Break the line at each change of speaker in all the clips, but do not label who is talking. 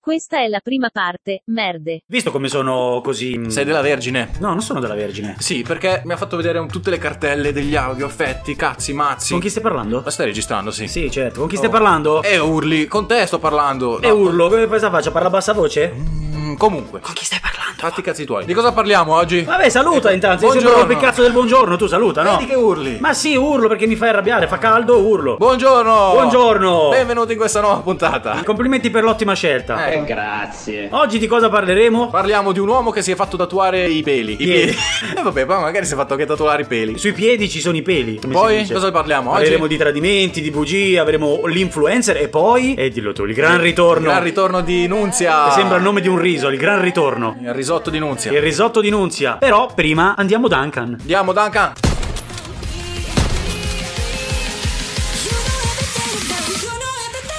Questa è la prima parte, merde.
Visto come sono così. mh,
Sei della Vergine?
No, non sono della Vergine.
Sì, perché mi ha fatto vedere un- tutte le cartelle degli audio, effetti, cazzi, mazzi.
Con chi stai parlando?
La stai registrando, sì.
Sì, certo. Con chi
Oh.
stai parlando?
E urli, con te sto parlando.
E
No.
urlo, come questa faccia? Parla a bassa voce?
Mm, comunque,
Con chi stai parlando?
fatti i cazzi tuoi. Di cosa parliamo oggi?
Vabbè, saluta intanto. Mi
Eh, Buongiorno.
sembra il cazzo del buongiorno, tu saluta, no?
Vedi che urli.
Ma sì, urlo perché mi fai arrabbiare, fa caldo, urlo.
Buongiorno.
Buongiorno.
Benvenuti in questa nuova puntata.
Complimenti per l'ottima scelta.
Eh,
Grazie.
Oggi di cosa parleremo?
Parliamo di un uomo che si è fatto tatuare i peli. I
Piedi.
E vabbè, poi magari si è fatto anche tatuare i peli.
Sui piedi ci sono i peli. come si
Poi
dice.
cosa parliamo oggi?
Parleremo di tradimenti, di bugie, avremo l'influencer e poi. E dillo tu, il gran ritorno.
Al ritorno di Nunzia.
Che Sembra il nome di un riso, il gran ritorno.
Il risotto di Nunzia.
Il risotto di Nunzia. Però prima andiamo Duncan.
Andiamo, Duncan.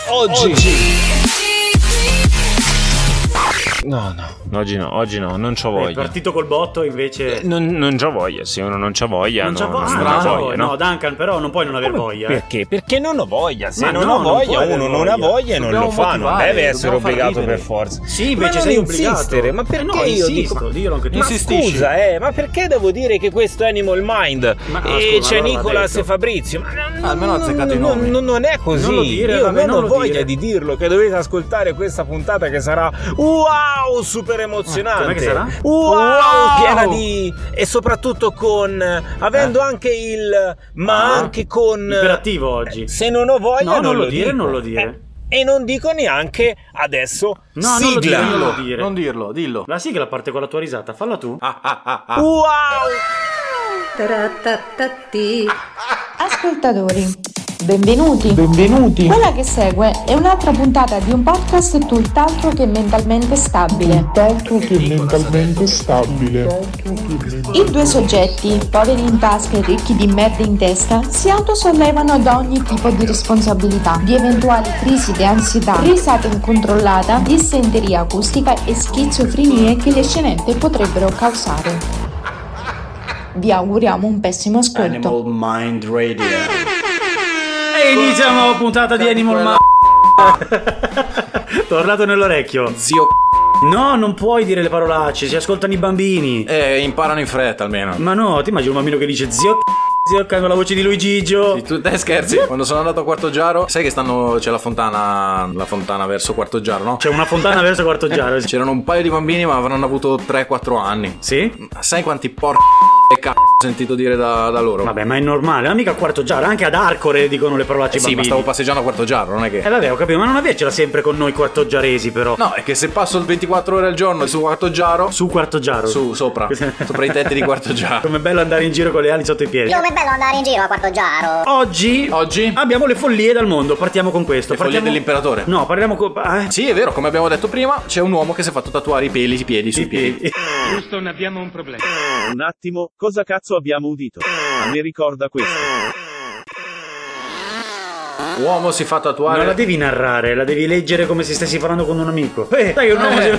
Oggi.
No, no, oggi no, oggi no, non c'ho
È
voglia.
partito col botto invece.
Non, non c'ho voglia, se uno non c'ha voglia,
non c'ha
no,
vo-
non-
ah,
non
Eh, non
c'ha
c'ha
bravo,
voglia,
no?
no.
Dankan, però non puoi non aver voglia. eh.
Perché? Perché non ho voglia. Se
Ma
non
no,
ho
non
voglia,
puoi
uno
aver
non
voglia.
ha voglia e non
Dobbiamo
lo fa, non
motivare,
deve
dobbiamo
essere
far
obbligato
ridere.
per forza.
Sì,
ma
invece
non
sei obbligato.
insistere, ma
Eh
perché
no,
io
insisto,
dico
dillo anche tu.
Ma
Insistisci.
scusa, eh, ma perché devo dire che questo è Animal Mind?
Ma- ah,
e
scusa,
c'è
allora l'ha
Nicolas
detto. Ah,
e Fabrizio, ma non,
Almeno ha
non-
azzeccato i
non-
nomi.
non- non è così.
Non lo dire,
io
vabbè,
non
non
ho
lo
voglia
dire.
di dirlo che dovete ascoltare questa puntata che sarà wow, super emozionante.
Ah, com'è che sarà?
Wow,
Wow!
piena di e soprattutto con
Eh.
avendo anche il ma
Ah.
anche con eh,
Iperattivo oggi.
se non ho voglia
No, non
non
lo
lo
dire,
dico.
non lo dire.
Eh, e non dico neanche adesso
No, non lo
sigla.
dire, non lo dire.
Non dirlo, dillo.
La sigla parte con la tua risata, falla tu.
Ah, ah, ah, ah.
Wow!
Taratatati. Ascoltatori, benvenuti. Benvenuti. Quella che segue è un'altra puntata di un podcast tutt'altro che mentalmente stabile.
Tanto che mentalmente stabile.
I due soggetti, poveri in tasca e ricchi di merda in testa, si autosollevano da ogni tipo di responsabilità, di eventuali crisi di ansietà, risata incontrollata, dissenteria acustica e schizofrenie che le scenette potrebbero causare. Vi auguriamo un pessimo
Certo.
ascolto.
Animal Mind Radio.
E iniziamo la puntata di Animal
Quella-
Man. Tornato nell'orecchio.
Zio
No, non puoi dire le parolacce, si ascoltano i bambini.
Eh, imparano in fretta almeno.
Ma no, ti immagini un bambino che dice zio c***o, zio c***o", con la voce di Luigigio.
Sì, Tu te scherzi? Quando sono andato a Quarto Giaro, sai che stanno. C'è la fontana. La fontana verso Quarto Giaro, no?
C'è una fontana verso quarto giaro. Sì.
C'erano un paio di bambini, ma avranno avuto 3-4 anni.
Sì?
Ma Sai quanti porca e c***o ho sentito dire da, da loro?
Vabbè, ma è normale, ma mica a quarto giaro, anche ad Arcore dicono le parolacce ai
Eh sì, ma
bambini.
stavo passeggiando a Quarto Giaro, non è che.
Eh vabbè, ho capito, ma non avercela sempre con noi quartoggiaresi però.
No, è che se passo il 24 ore al giorno su Quarto Giaro,
Su quarto giaro.
su, sopra, sopra i tetti di Quarto Giaro.
Com'è bello andare in giro con le ali sotto i piedi.
Com'è bello andare in giro a Quarto Giaro?
Oggi
Oggi?
abbiamo le follie dal mondo, partiamo con questo.
Le follie
Ah, partiamo-
dell'imperatore.
No, parliamo con... ah, eh.
Sì, è vero, come abbiamo detto prima, c'è un uomo che si è fatto tatuare i peli, i piedi sui piedi.
Un attimo, cosa cazzo abbiamo udito? A me ricorda questo.
Uomo si fa tatuare.
Non la devi narrare, la devi leggere come se stessi parlando con un amico. Eh, dai, un uomo
Eh,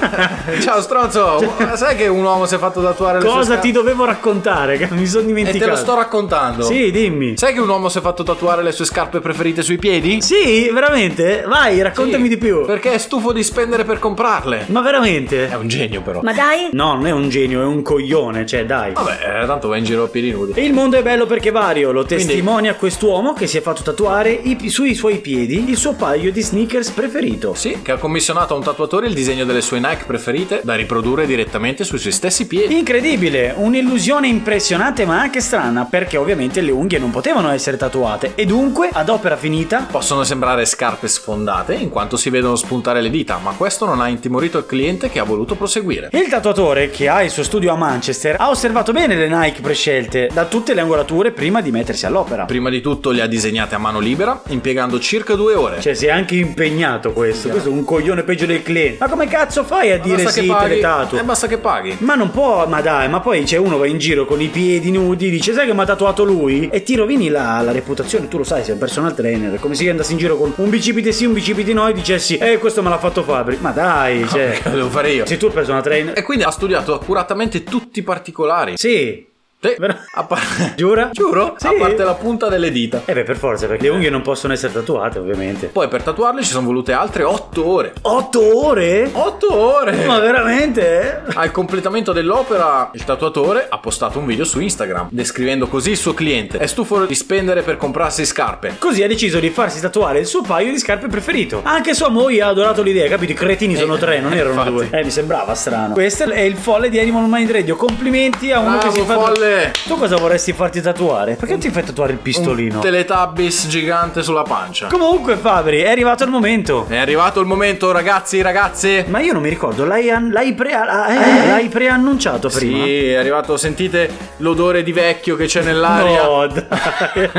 si-
Ciao stronzo, sai che un uomo si è fatto tatuare le sue
Cosa
sca-
ti dovevo raccontare? Che mi sono
E
dimenticato.
te lo sto raccontando.
Sì, dimmi.
Sai che un uomo si è fatto tatuare le sue scarpe preferite sui piedi?
Sì, veramente? Vai, raccontami
Sì,
di più.
Perché è stufo di spendere per comprarle.
Ma
È
veramente?
un genio però.
Ma dai,
No, non è un genio, è un coglione, cioè, dai.
Vabbè, eh, tanto va in giro a piedi nudi.
E il mondo è bello perché vario, lo
Quindi-
testimonia quest'uomo che si è fatto tatuare i pi- sui suoi piedi il suo paio di sneakers preferito.
Sì, che ha commissionato a un tatuatore il disegno delle sue Nike preferite da riprodurre direttamente sui suoi stessi piedi.
Incredibile, un'illusione impressionante ma anche strana, perché ovviamente le unghie non potevano essere tatuate e dunque, ad opera finita,
Possono sembrare scarpe sfondate in quanto si vedono spuntare le dita, ma questo non ha intimorito il cliente che ha voluto proseguire.
il tatuatore, che ha il suo studio a Manchester, ha osservato bene le Nike prescelte da tutte le angolature prima di mettersi all'opera.
Prima di tutto le ha disegnate a mano libera, impiegando circa due ore.
Cioè, si è anche impegnato questo. Questo è un coglione peggio del cliente. Ma come cazzo fai a
Ma
dire sì per le tatu?
Eh, basta che paghi.
Ma non può, ma dai, ma poi c'è uno va in giro con i piedi nudi, dice sai che mi ha tatuato lui? E ti rovini la, la reputazione, tu lo sai, sei un personal trainer, è come se io andassi in giro con un bicipite sì, un bicipite no e dicessi eh questo me l'ha fatto Fabri. Ma
Oh,
dai, cioè,
Lo devo fare io. Eh,
sei tu il personal trainer?
E quindi ha studiato accuratamente tutti i particolari.
Sì.
Te-
Ver-
a par-
Giura?
Giuro?
Sì.
A parte la punta delle dita.
Eh beh, per forza, perché le unghie non possono essere tatuate, ovviamente.
Poi per tatuarle ci sono volute altre 8 ore.
8 ore?
8 ore!
Ma veramente?
Al completamento dell'opera, il tatuatore ha postato un video su Instagram descrivendo così il suo cliente. È stufo di spendere per comprarsi scarpe.
Così ha deciso di farsi tatuare il suo paio di scarpe preferito. Anche sua moglie ha adorato l'idea, capito? I cretini sono
Eh,
tre, non erano
infatti.
due. Eh, mi sembrava strano. Questo è il folle di Animal Mind Radio. Complimenti a uno
Bravo,
che si fa.
folle!
Tu cosa vorresti farti tatuare? Perché non ti fai tatuare il pistolino?
Un Teletubbies gigante sulla pancia.
Comunque, Fabri, è arrivato il momento.
È arrivato il momento, ragazzi, ragazze.
Ma io non mi ricordo, l'hai, an- l'hai pre- ah, eh, l'hai preannunciato prima?
Sì, è arrivato, sentite l'odore di vecchio che c'è nell'aria.
No, dai.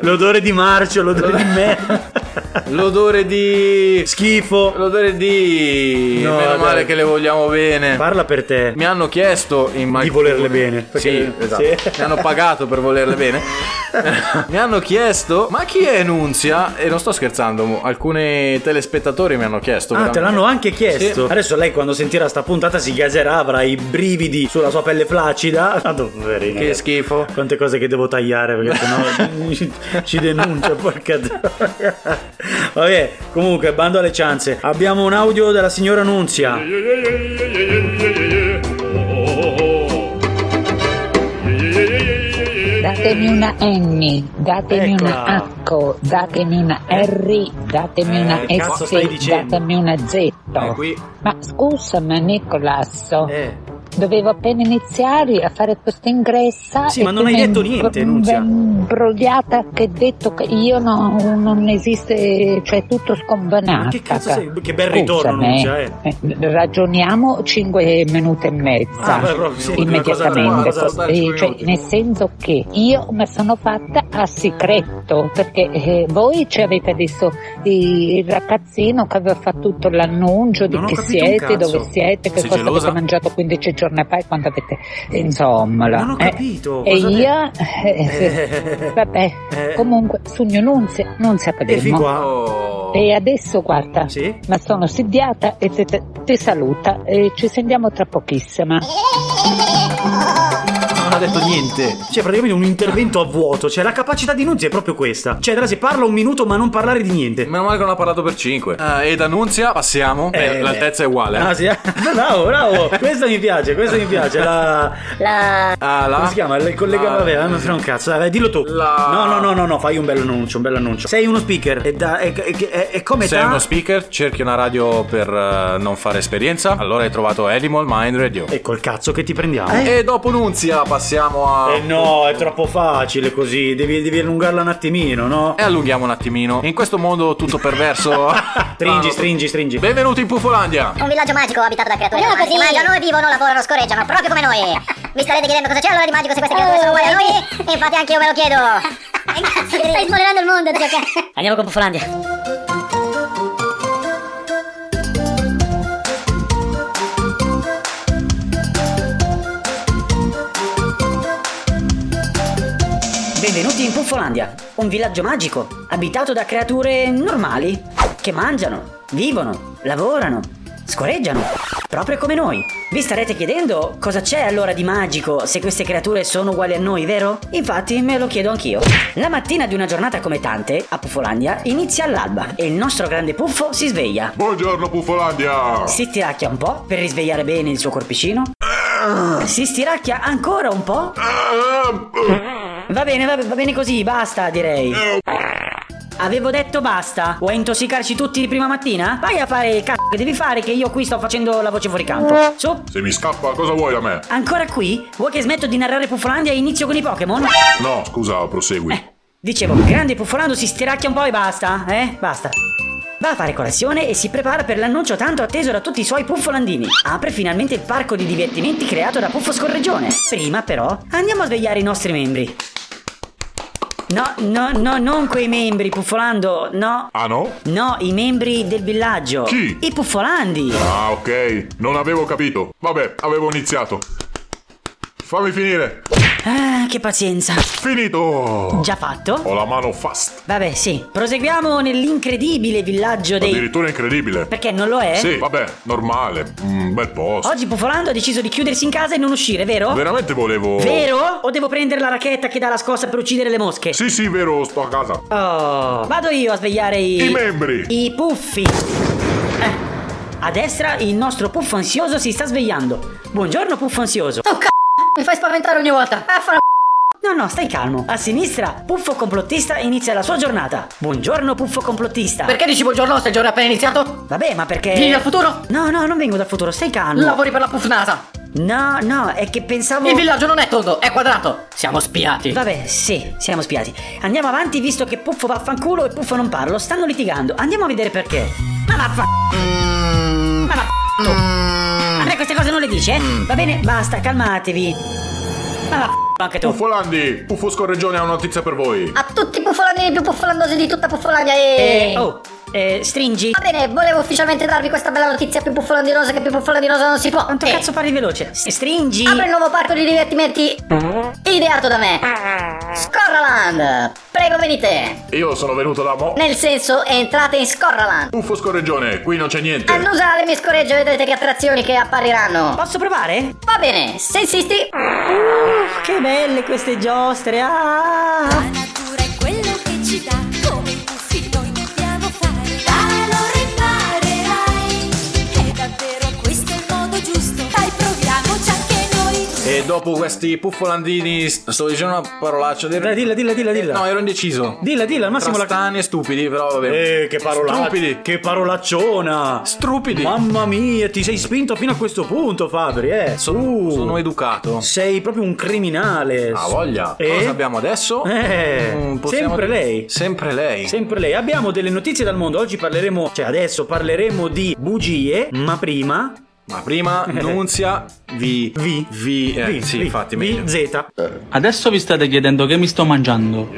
l'odore di marcio, l'odore di merda.
L'odore di.
Schifo.
L'odore di.
No,
Meno
dai.
male che le vogliamo bene.
Parla per te.
Mi hanno chiesto in
Di volerle bene, perché-
Sì, esatto.
sì.
Mi hanno pagato per volerle bene. mi hanno chiesto, ma chi è Nunzia? E non sto scherzando, mo- alcuni telespettatori mi hanno chiesto.
Ah, te
veramente.
l'hanno anche chiesto.
Sì.
Adesso lei quando sentirà sta puntata si gaserà, avrà i brividi sulla sua pelle flaccida.
Ah,
Tanto poverina.
Che schifo.
Quante cose che devo tagliare perché sennò ci, ci denuncia, porca troia. Vabbè, comunque, bando alle ciance. Abbiamo un audio della signora Nunzia.
Datemi una N, datemi
Eccola.
una H, datemi una R, datemi
Eh,
una
che cazzo stai
S,
dicendo?
datemi una Z.
Eh, qui.
Ma scusa, ma Nicolasso,
Eh.
dovevo appena iniziare a fare questa ingressa.
Sì,
e
ma
tu
non hai
mi
detto niente,
imbro-
Nunzia.
imbrogliata che hai detto che io no- non esiste, cioè tutto scombanato.
Ma che cazzo sei? Che bel ritorno,
Scusami,
Nunzia, eh.
ah, eh, Ragioniamo 5 minuti e mezza
Ah, beh, proprio sì, una
immediatamente
cosa- una cosa-
eh, cioè, nel senso che io mi sono fatta a segreto perché eh, voi ci avete visto i- il ragazzino che aveva fatto tutto l'annuncio di
Non ho
chi
capito un
siete,
cazzo.
dove siete, che
Sei
cosa
gelosa?
avete mangiato 15 giorni fa e quanto avete insomma
Non ho
eh.
capito.
e
cosa
io
Eh.
vabbè
Eh.
comunque sogno non si non si
E fin
apriremo
qua.
Oh.
e adesso guarda
Sì?
ma sono sediata e te- te- ti saluta e ci sentiamo tra pochissima
Non ha
ah,
detto niente.
Cioè, praticamente un intervento a vuoto. Cioè, la capacità di Nunzia è proprio questa. Cioè, allora si parla un minuto ma non parlare di niente.
Meno male che non ha parlato per 5. e da Nunzia passiamo. Beh,
Eh,
l'altezza è uguale. eh.
Ah, sì. bravo, bravo. Questa mi piace, questa mi piace. La. la...
Ah, la-
Come si chiama? Il collega.
la-
Vabbè, ah, non mi frega un cazzo. Vabbè, dillo tu.
La-
No, no, no, no, no, fai un bel annuncio, un bel annuncio. Sei uno speaker. È, da- è- è- è- è come
Sei
età?
uno speaker, cerchi una radio per eh, non fare esperienza. Allora hai trovato Animal Mind Radio.
E col cazzo che ti prendiamo.
E dopo Nunzia passiamo a.
Eh no, è troppo facile così. Devi, devi allungarla un attimino, no?
E allunghiamo un attimino. In questo mondo tutto perverso.
Stringi, stringi, stringi.
Benvenuti in Pufolandia.
Un villaggio magico abitato da creature
Andiamo
umane. Si
così.
mangiano, vivono, lavorano, scorreggiano, proprio come noi. Vi starete chiedendo cosa c'è allora di magico se queste creature sono uguali a noi? E infatti anche io me lo chiedo. Stai spoilerando il mondo, zio.
Andiamo con Pofolandia.
Benvenuti in Puffolandia, un villaggio magico, abitato da creature normali, che mangiano, vivono, lavorano, scoreggiano, proprio come noi. Vi starete chiedendo cosa c'è allora di magico se queste creature sono uguali a noi, vero? Infatti me lo chiedo anch'io. La mattina di una giornata come tante, a Puffolandia, inizia all'alba e il nostro grande puffo si sveglia.
Buongiorno Pufolandia!
Eh.
Si stiracchia un po' per risvegliare bene il suo corpicino. Si stiracchia ancora un po'. Va bene, va, va bene così, basta direi. Avevo detto basta. Vuoi intossicarci tutti di prima mattina? Vai a fare il cazzo che devi fare che io qui sto facendo la voce fuori campo. Su,
Se mi scappa, cosa vuoi da me?
ancora qui? Vuoi che smetto di narrare Puffolandia e inizio con i Pokémon?
No, scusa,
Eh.
prosegui.
Dicevo, grande Puffolando si stiracchia un po' e basta, eh? Basta. Va a fare colazione e si prepara per l'annuncio tanto atteso da tutti i suoi puffolandini. Apre finalmente il parco di divertimenti creato da Puffo Scorreggione. Prima, però, andiamo a svegliare i nostri membri. No, no, no, non quei membri, Puffolando, no.
Ah no?
No, i membri del villaggio.
Chi?
I Puffolandi.
Ah ok, non avevo capito. Vabbè, avevo iniziato. Fammi finire.
Ah, che pazienza.
Finito.
Già fatto?
Ho la mano fast.
Vabbè, sì. Proseguiamo nell'incredibile villaggio dei...
Addirittura incredibile.
Perché non lo è?
Sì, vabbè, normale. Un bel posto.
Oggi Pofolando ha deciso di chiudersi in casa e non uscire, vero?
Veramente volevo.
Vero? O devo prendere la racchetta che dà la scossa per uccidere le mosche?
Sì, sì, vero, sto a casa.
Oh, vado io a svegliare i...
I membri.
I puffi. Eh, a destra il nostro puffo ansioso si sta svegliando. Buongiorno puffo ansioso.
Mi fai spaventare ogni volta. Affanno.
No, no, stai calmo. A sinistra, puffo complottista inizia la sua giornata. Buongiorno puffo complottista.
Perché dici buongiorno se il giorno è appena iniziato?
Vabbè, ma perché...
Vieni dal futuro?
No, no, non vengo dal futuro, stai calmo.
Lavori per la Puff NASA.
No, no, è che pensavo...
Il villaggio non è tondo, è quadrato. Siamo spiati.
Vabbè, sì, siamo spiati. Andiamo avanti visto che Puffo vaffanculo e Puffo non parlo. Stanno litigando. Andiamo a vedere perché. Ma vaffa... Ma vaffa... A me queste cose non le dice, eh?
Mm.
Va bene, basta, calmatevi. Ma vaffa... Anche tu.
Puffolandi, Puffo Scorreggione ha una notizia per voi.
A tutti i puffolandini più puffolandosi di tutta Puffolandia e...
Eh, oh, eh, stringi.
Va bene, volevo ufficialmente darvi questa bella notizia più puffolandinosa che più puffolandinosa non si può.
Quanto
Eh,
cazzo parli veloce? S- Stringi.
Apre il nuovo parco di divertimenti ideato da me. Scorraland! Prego venite!
Io sono venuto da Mo.
Nel senso, entrate in Scorraland.
Puffo Scorreggione, qui non c'è
Eh,
niente.
Annusa le mie scoregge e vedrete che attrazioni che appariranno.
Posso provare?
Va bene, se insisti...
Che belle queste giostre. Ah!
natura è quello che ci dà, come i puffi noi dobbiamo fare. Calore imparerai, è davvero questo il modo giusto. Dai, proviamoci anche noi.
E dopo questi puffolandini, sto dicendo una parolaccia.
Dai, dilla, dilla, dilla, dilla.
No, ero indeciso.
Dilla, dilla, al massimo la...
Trastani e stupidi, però vabbè.
Eh, che parolaccia.
Stupidi.
Che parolacciona.
Strupidi.
Mamma mia, ti sei spinto fino a questo punto, Fabri, eh.
Sono,
Uh,
sono educato.
Sei proprio un criminale. Eh?
Ah, voglia.
E?
Cosa abbiamo adesso?
Eh,
Mm, possiamo-
sempre lei.
Sempre lei.
Sempre lei. Abbiamo delle notizie dal mondo. Oggi parleremo, cioè adesso parleremo di bugie, ma prima
Ma prima, Nunzia, vi...
vi
Vi... eh,
vi-
sì,
vi-
infatti,
vi-
meglio.
Z.
Adesso vi state chiedendo che mi sto mangiando.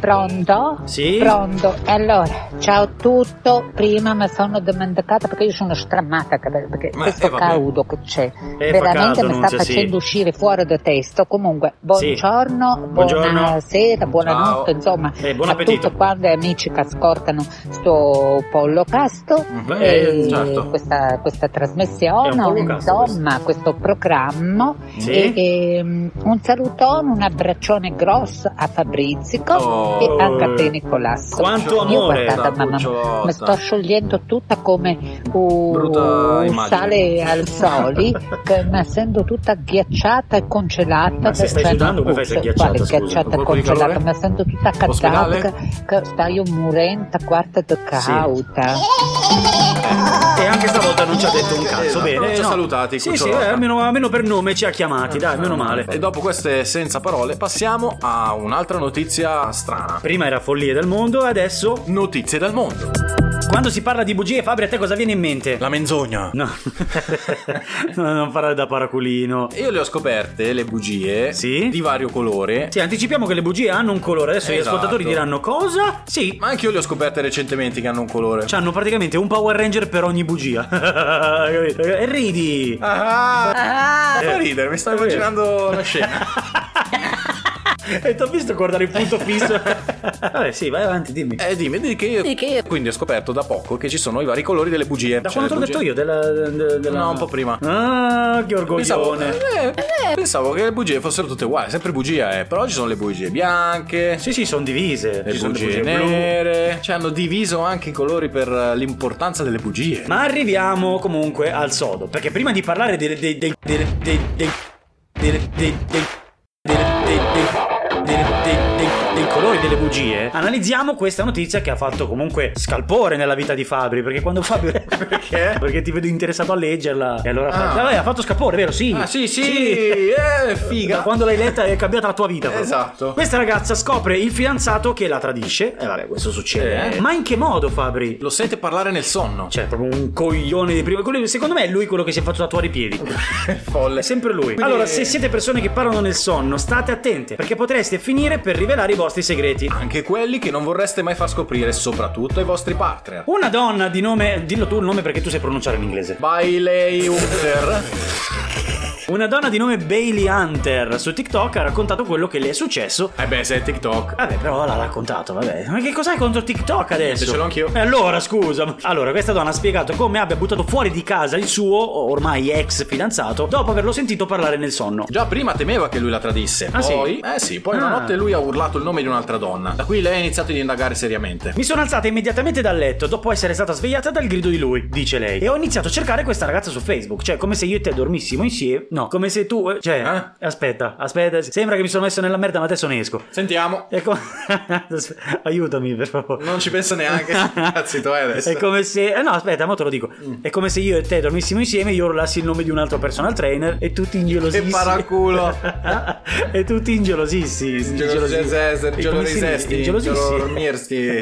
Pronto?
Sì.
Pronto. E Allora, ciao a tutto. Prima mi sono domandata perché io sono strammata che- perché
Ma, eh,
questo
vabbè.
caudo che c'è
Eh, fa
veramente
caldo,
mi sta
Nunzia, sì.
facendo uscire fuori da testo. Comunque, buongiorno,
Buongiorno.
buonasera, buonanotte,
Ciao.
insomma,
Eh, buon
a
appetito.
tutti quanti gli amici che ascoltano sto pollo casto
Beh,
e
certo.
questa, questa
Eh, È un
trasmissione,
pollo casto
insomma, questo programma.
Sì.
Eh,
E, ehm, un salutone, un abbraccione grosso a Fabrizico
Oh.
e anche a te Nicolasso.
Quanto
Io
amore,
guardate, mamma,
Fabricciotta.
mi sto sciogliendo tutta come un
Brutta
un
immagine.
sale al soli, che mi essendo tutta ghiacciata e congelata.
Ma se stai
cioè,
sudando, come fai a essere
tutto,
ghiacciata,
Quale
scusa?
ghiacciata
Un
e
colpo di
congelata?
calore?
Mi sento tutta
Ospedale?
accaldata, che, che stai un murenta, guarda da cauta.
Eh, E anche stavolta non ci ha detto un cazzo.
Eh,
Bene,
ci ha salutati, Eh,
Sì, sì,
cucciolotta.
eh, almeno, almeno per nome ci ha chiamati, dai, Eh, meno male.
E dopo queste senza parole passiamo a un'altra notizia strana.
Prima era follia del mondo, adesso
Notizie dal mondo.
quando si parla di bugie, Fabri, a te cosa viene in mente?
La menzogna.
No. No, non parlare da paraculino.
Io le ho scoperte, le bugie,
Sì?
di vario colore.
Sì, anticipiamo che le bugie hanno un colore. Adesso gli
Esatto.
ascoltatori diranno cosa? Sì.
Ma anche io le ho scoperte recentemente che hanno un colore. Cioè,
C'hanno praticamente un Power Ranger per ogni bugia. Capito? e ridi.
Ah, ah,
Eh.
fa ridere, mi sto
È vero.
immaginando la scena.
e ti ho visto guardare il punto fisso. Vabbè, sì, vai avanti, dimmi.
Eh, dimmi, di che io. Quindi ho scoperto da poco che ci sono i vari colori delle bugie.
Da
Cioè,
quando te l'ho
le
detto
bugie-
io? Della, de- della-
No, un po' prima.
Ah, che
Pensavo,
orgoglione.
eh, eh, pensavo che le bugie fossero tutte uguali, sempre bugia, eh. Però ci sono le bugie bianche.
Sì, sì, sono divise.
Le
Ci sono le
bugie
blu.
nere, ci hanno diviso anche i colori per eh, l'importanza delle bugie.
Ma arriviamo comunque al sodo. Perché prima di parlare del. del. del. del. del. del. del. del. del. del- del- del- del colore delle bugie, analizziamo questa notizia che ha fatto comunque scalpore nella vita di Fabri. Perché quando Fabri. perché? Perché ti vedo interessato a leggerla. E allora.
Ah.
Vabbè, ha fatto scalpore, vero? Sì.
Ah, sì, sì, eh, figa.
Da quando l'hai letta è cambiata la tua vita. proprio.
Esatto.
Questa ragazza scopre il fidanzato che la tradisce. E vabbè, questo succede.
Eh.
eh. Ma in che modo, Fabri?
Lo sente parlare nel sonno.
Cioè, proprio un coglione di prima. Quello- secondo me è lui quello che si è fatto tatuare i piedi.
Cioè, folle.
È sempre lui. Allora, se siete persone che parlano nel sonno, state attente, perché potreste finire per rivelare i vostri segreti.
Anche quelli che non vorreste mai far scoprire, soprattutto ai vostri partner.
Una donna di nome. Dillo tu il nome perché tu sai pronunciare in inglese.
Bailey Hunter.
Una donna di nome Bailey Hunter su TikTok ha raccontato quello che le è successo.
Eh beh, se è TikTok.
Vabbè, però l'ha raccontato, vabbè. Ma che cos'hai contro TikTok adesso?
ce l'ho anch'io.
E allora, scusa. ma- Allora, questa donna ha spiegato come abbia buttato fuori di casa il suo, ormai ex fidanzato, dopo averlo sentito parlare nel sonno.
Già prima temeva che lui la tradisse.
Ah, sì?
poi, Eh sì, poi una
Ah.
notte lui ha urlato il nome di un'altra donna. Da qui lei ha iniziato ad indagare seriamente.
Mi sono alzata immediatamente dal letto dopo essere stata svegliata dal grido di lui, dice lei. E ho iniziato a cercare questa ragazza su Facebook. Cioè, come se io e te dormissimo insieme. No, come se tu. eh, Cioè, aspetta, aspetta. Sembra che mi sono messo nella merda, ma adesso ne esco.
Sentiamo.
È come... Aiutami, per favore.
Non ci pensa neanche. Cazzito, eh, adesso. Mm.
È come se. eh, no, aspetta, mo te lo dico. È come se io e te dormissimo insieme, io urlassi il nome di un altro personal trainer e tutti
Che
ingelosissimi.
paraculo.
e tutti ingelosissimi.
Gelosesti,
E come si dice?
gelorisesti,
Ingelosissimi.
gelormirsti.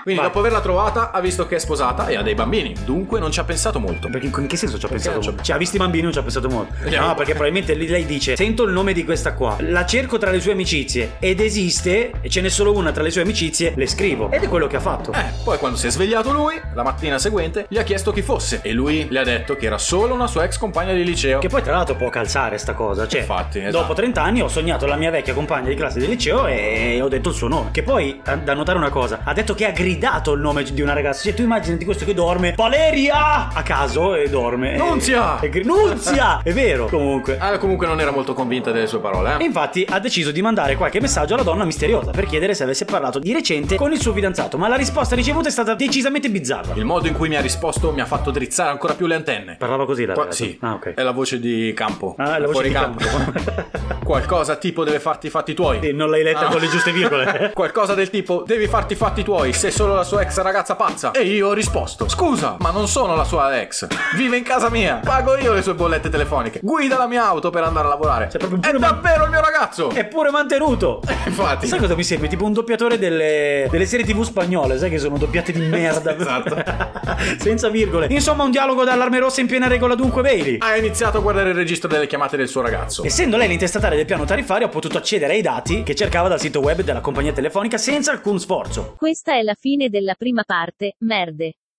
Quindi
Vai.
dopo averla trovata ha visto che è sposata e ha dei bambini, dunque non ci ha pensato molto.
Perché in che senso ci ho pensato?
non ci ho-
Cioè, ha visto i bambini, non ci ho pensato molto.
Eh,
No,
vabbè.
perché probabilmente lì lei dice: Sento il nome di questa qua, la cerco tra le sue amicizie ed esiste, e ce n'è solo una tra le sue amicizie, le scrivo. Ed è quello che ha fatto.
Eh, poi quando si è svegliato lui, la mattina seguente, gli ha chiesto chi fosse e lui le ha detto che era solo una sua ex compagna di liceo.
Che poi tra l'altro può calzare sta cosa, cioè
Infatti, esatto.
dopo 30 anni ho sognato la mia vecchia compagna di classe del liceo e ho detto il suo nome. Che poi, a- da notare una cosa, ha detto che ha gridato il nome di una ragazza. Cioè tu immaginati questo che dorme, Valeria! A caso e dorme.
Nunzia!
E gri- Nunzia! È vero, comunque.
Ah, comunque non era molto convinta delle sue parole,
E
eh.
infatti ha deciso di mandare qualche messaggio alla donna misteriosa per chiedere se avesse parlato di recente con il suo fidanzato, ma la risposta ricevuta è stata decisamente bizzarra.
Il modo in cui mi ha risposto mi ha fatto drizzare ancora più le antenne.
Parlava così la
Qua-
ragazza?
sì,
Ah, ok.
è la voce di campo.
Ah, è la voce
Fuori
di
campo.
campo.
Qualcosa tipo deve farti i fatti tuoi.
Sì, non l'hai letta
Ah.
con le giuste virgole.
Qualcosa del tipo devi farti i fatti tuoi, sei solo la sua ex ragazza pazza. E io ho risposto: Scusa, ma non sono la sua ex. Vive in casa mia, pago io le sue bollette telefoniche, guida la mia auto per andare a lavorare.
Cioè, proprio
È
pure man-
davvero il mio ragazzo!
Eppure mantenuto.
Infatti.
Sai cosa mi sembra? Tipo un doppiatore delle, delle serie tv spagnole, sai che sono doppiate di merda.
Esatto.
Senza virgole. Insomma, un dialogo d'allarme rossa in piena regola dunque, Bailey.
Ha iniziato a guardare il registro delle chiamate del suo ragazzo.
Essendo lei l'intestataria del piano tariffario, ha potuto accedere ai dati che cercava dal sito web della compagnia telefonica senza alcun sforzo.
Questa è la fine della prima parte, merde.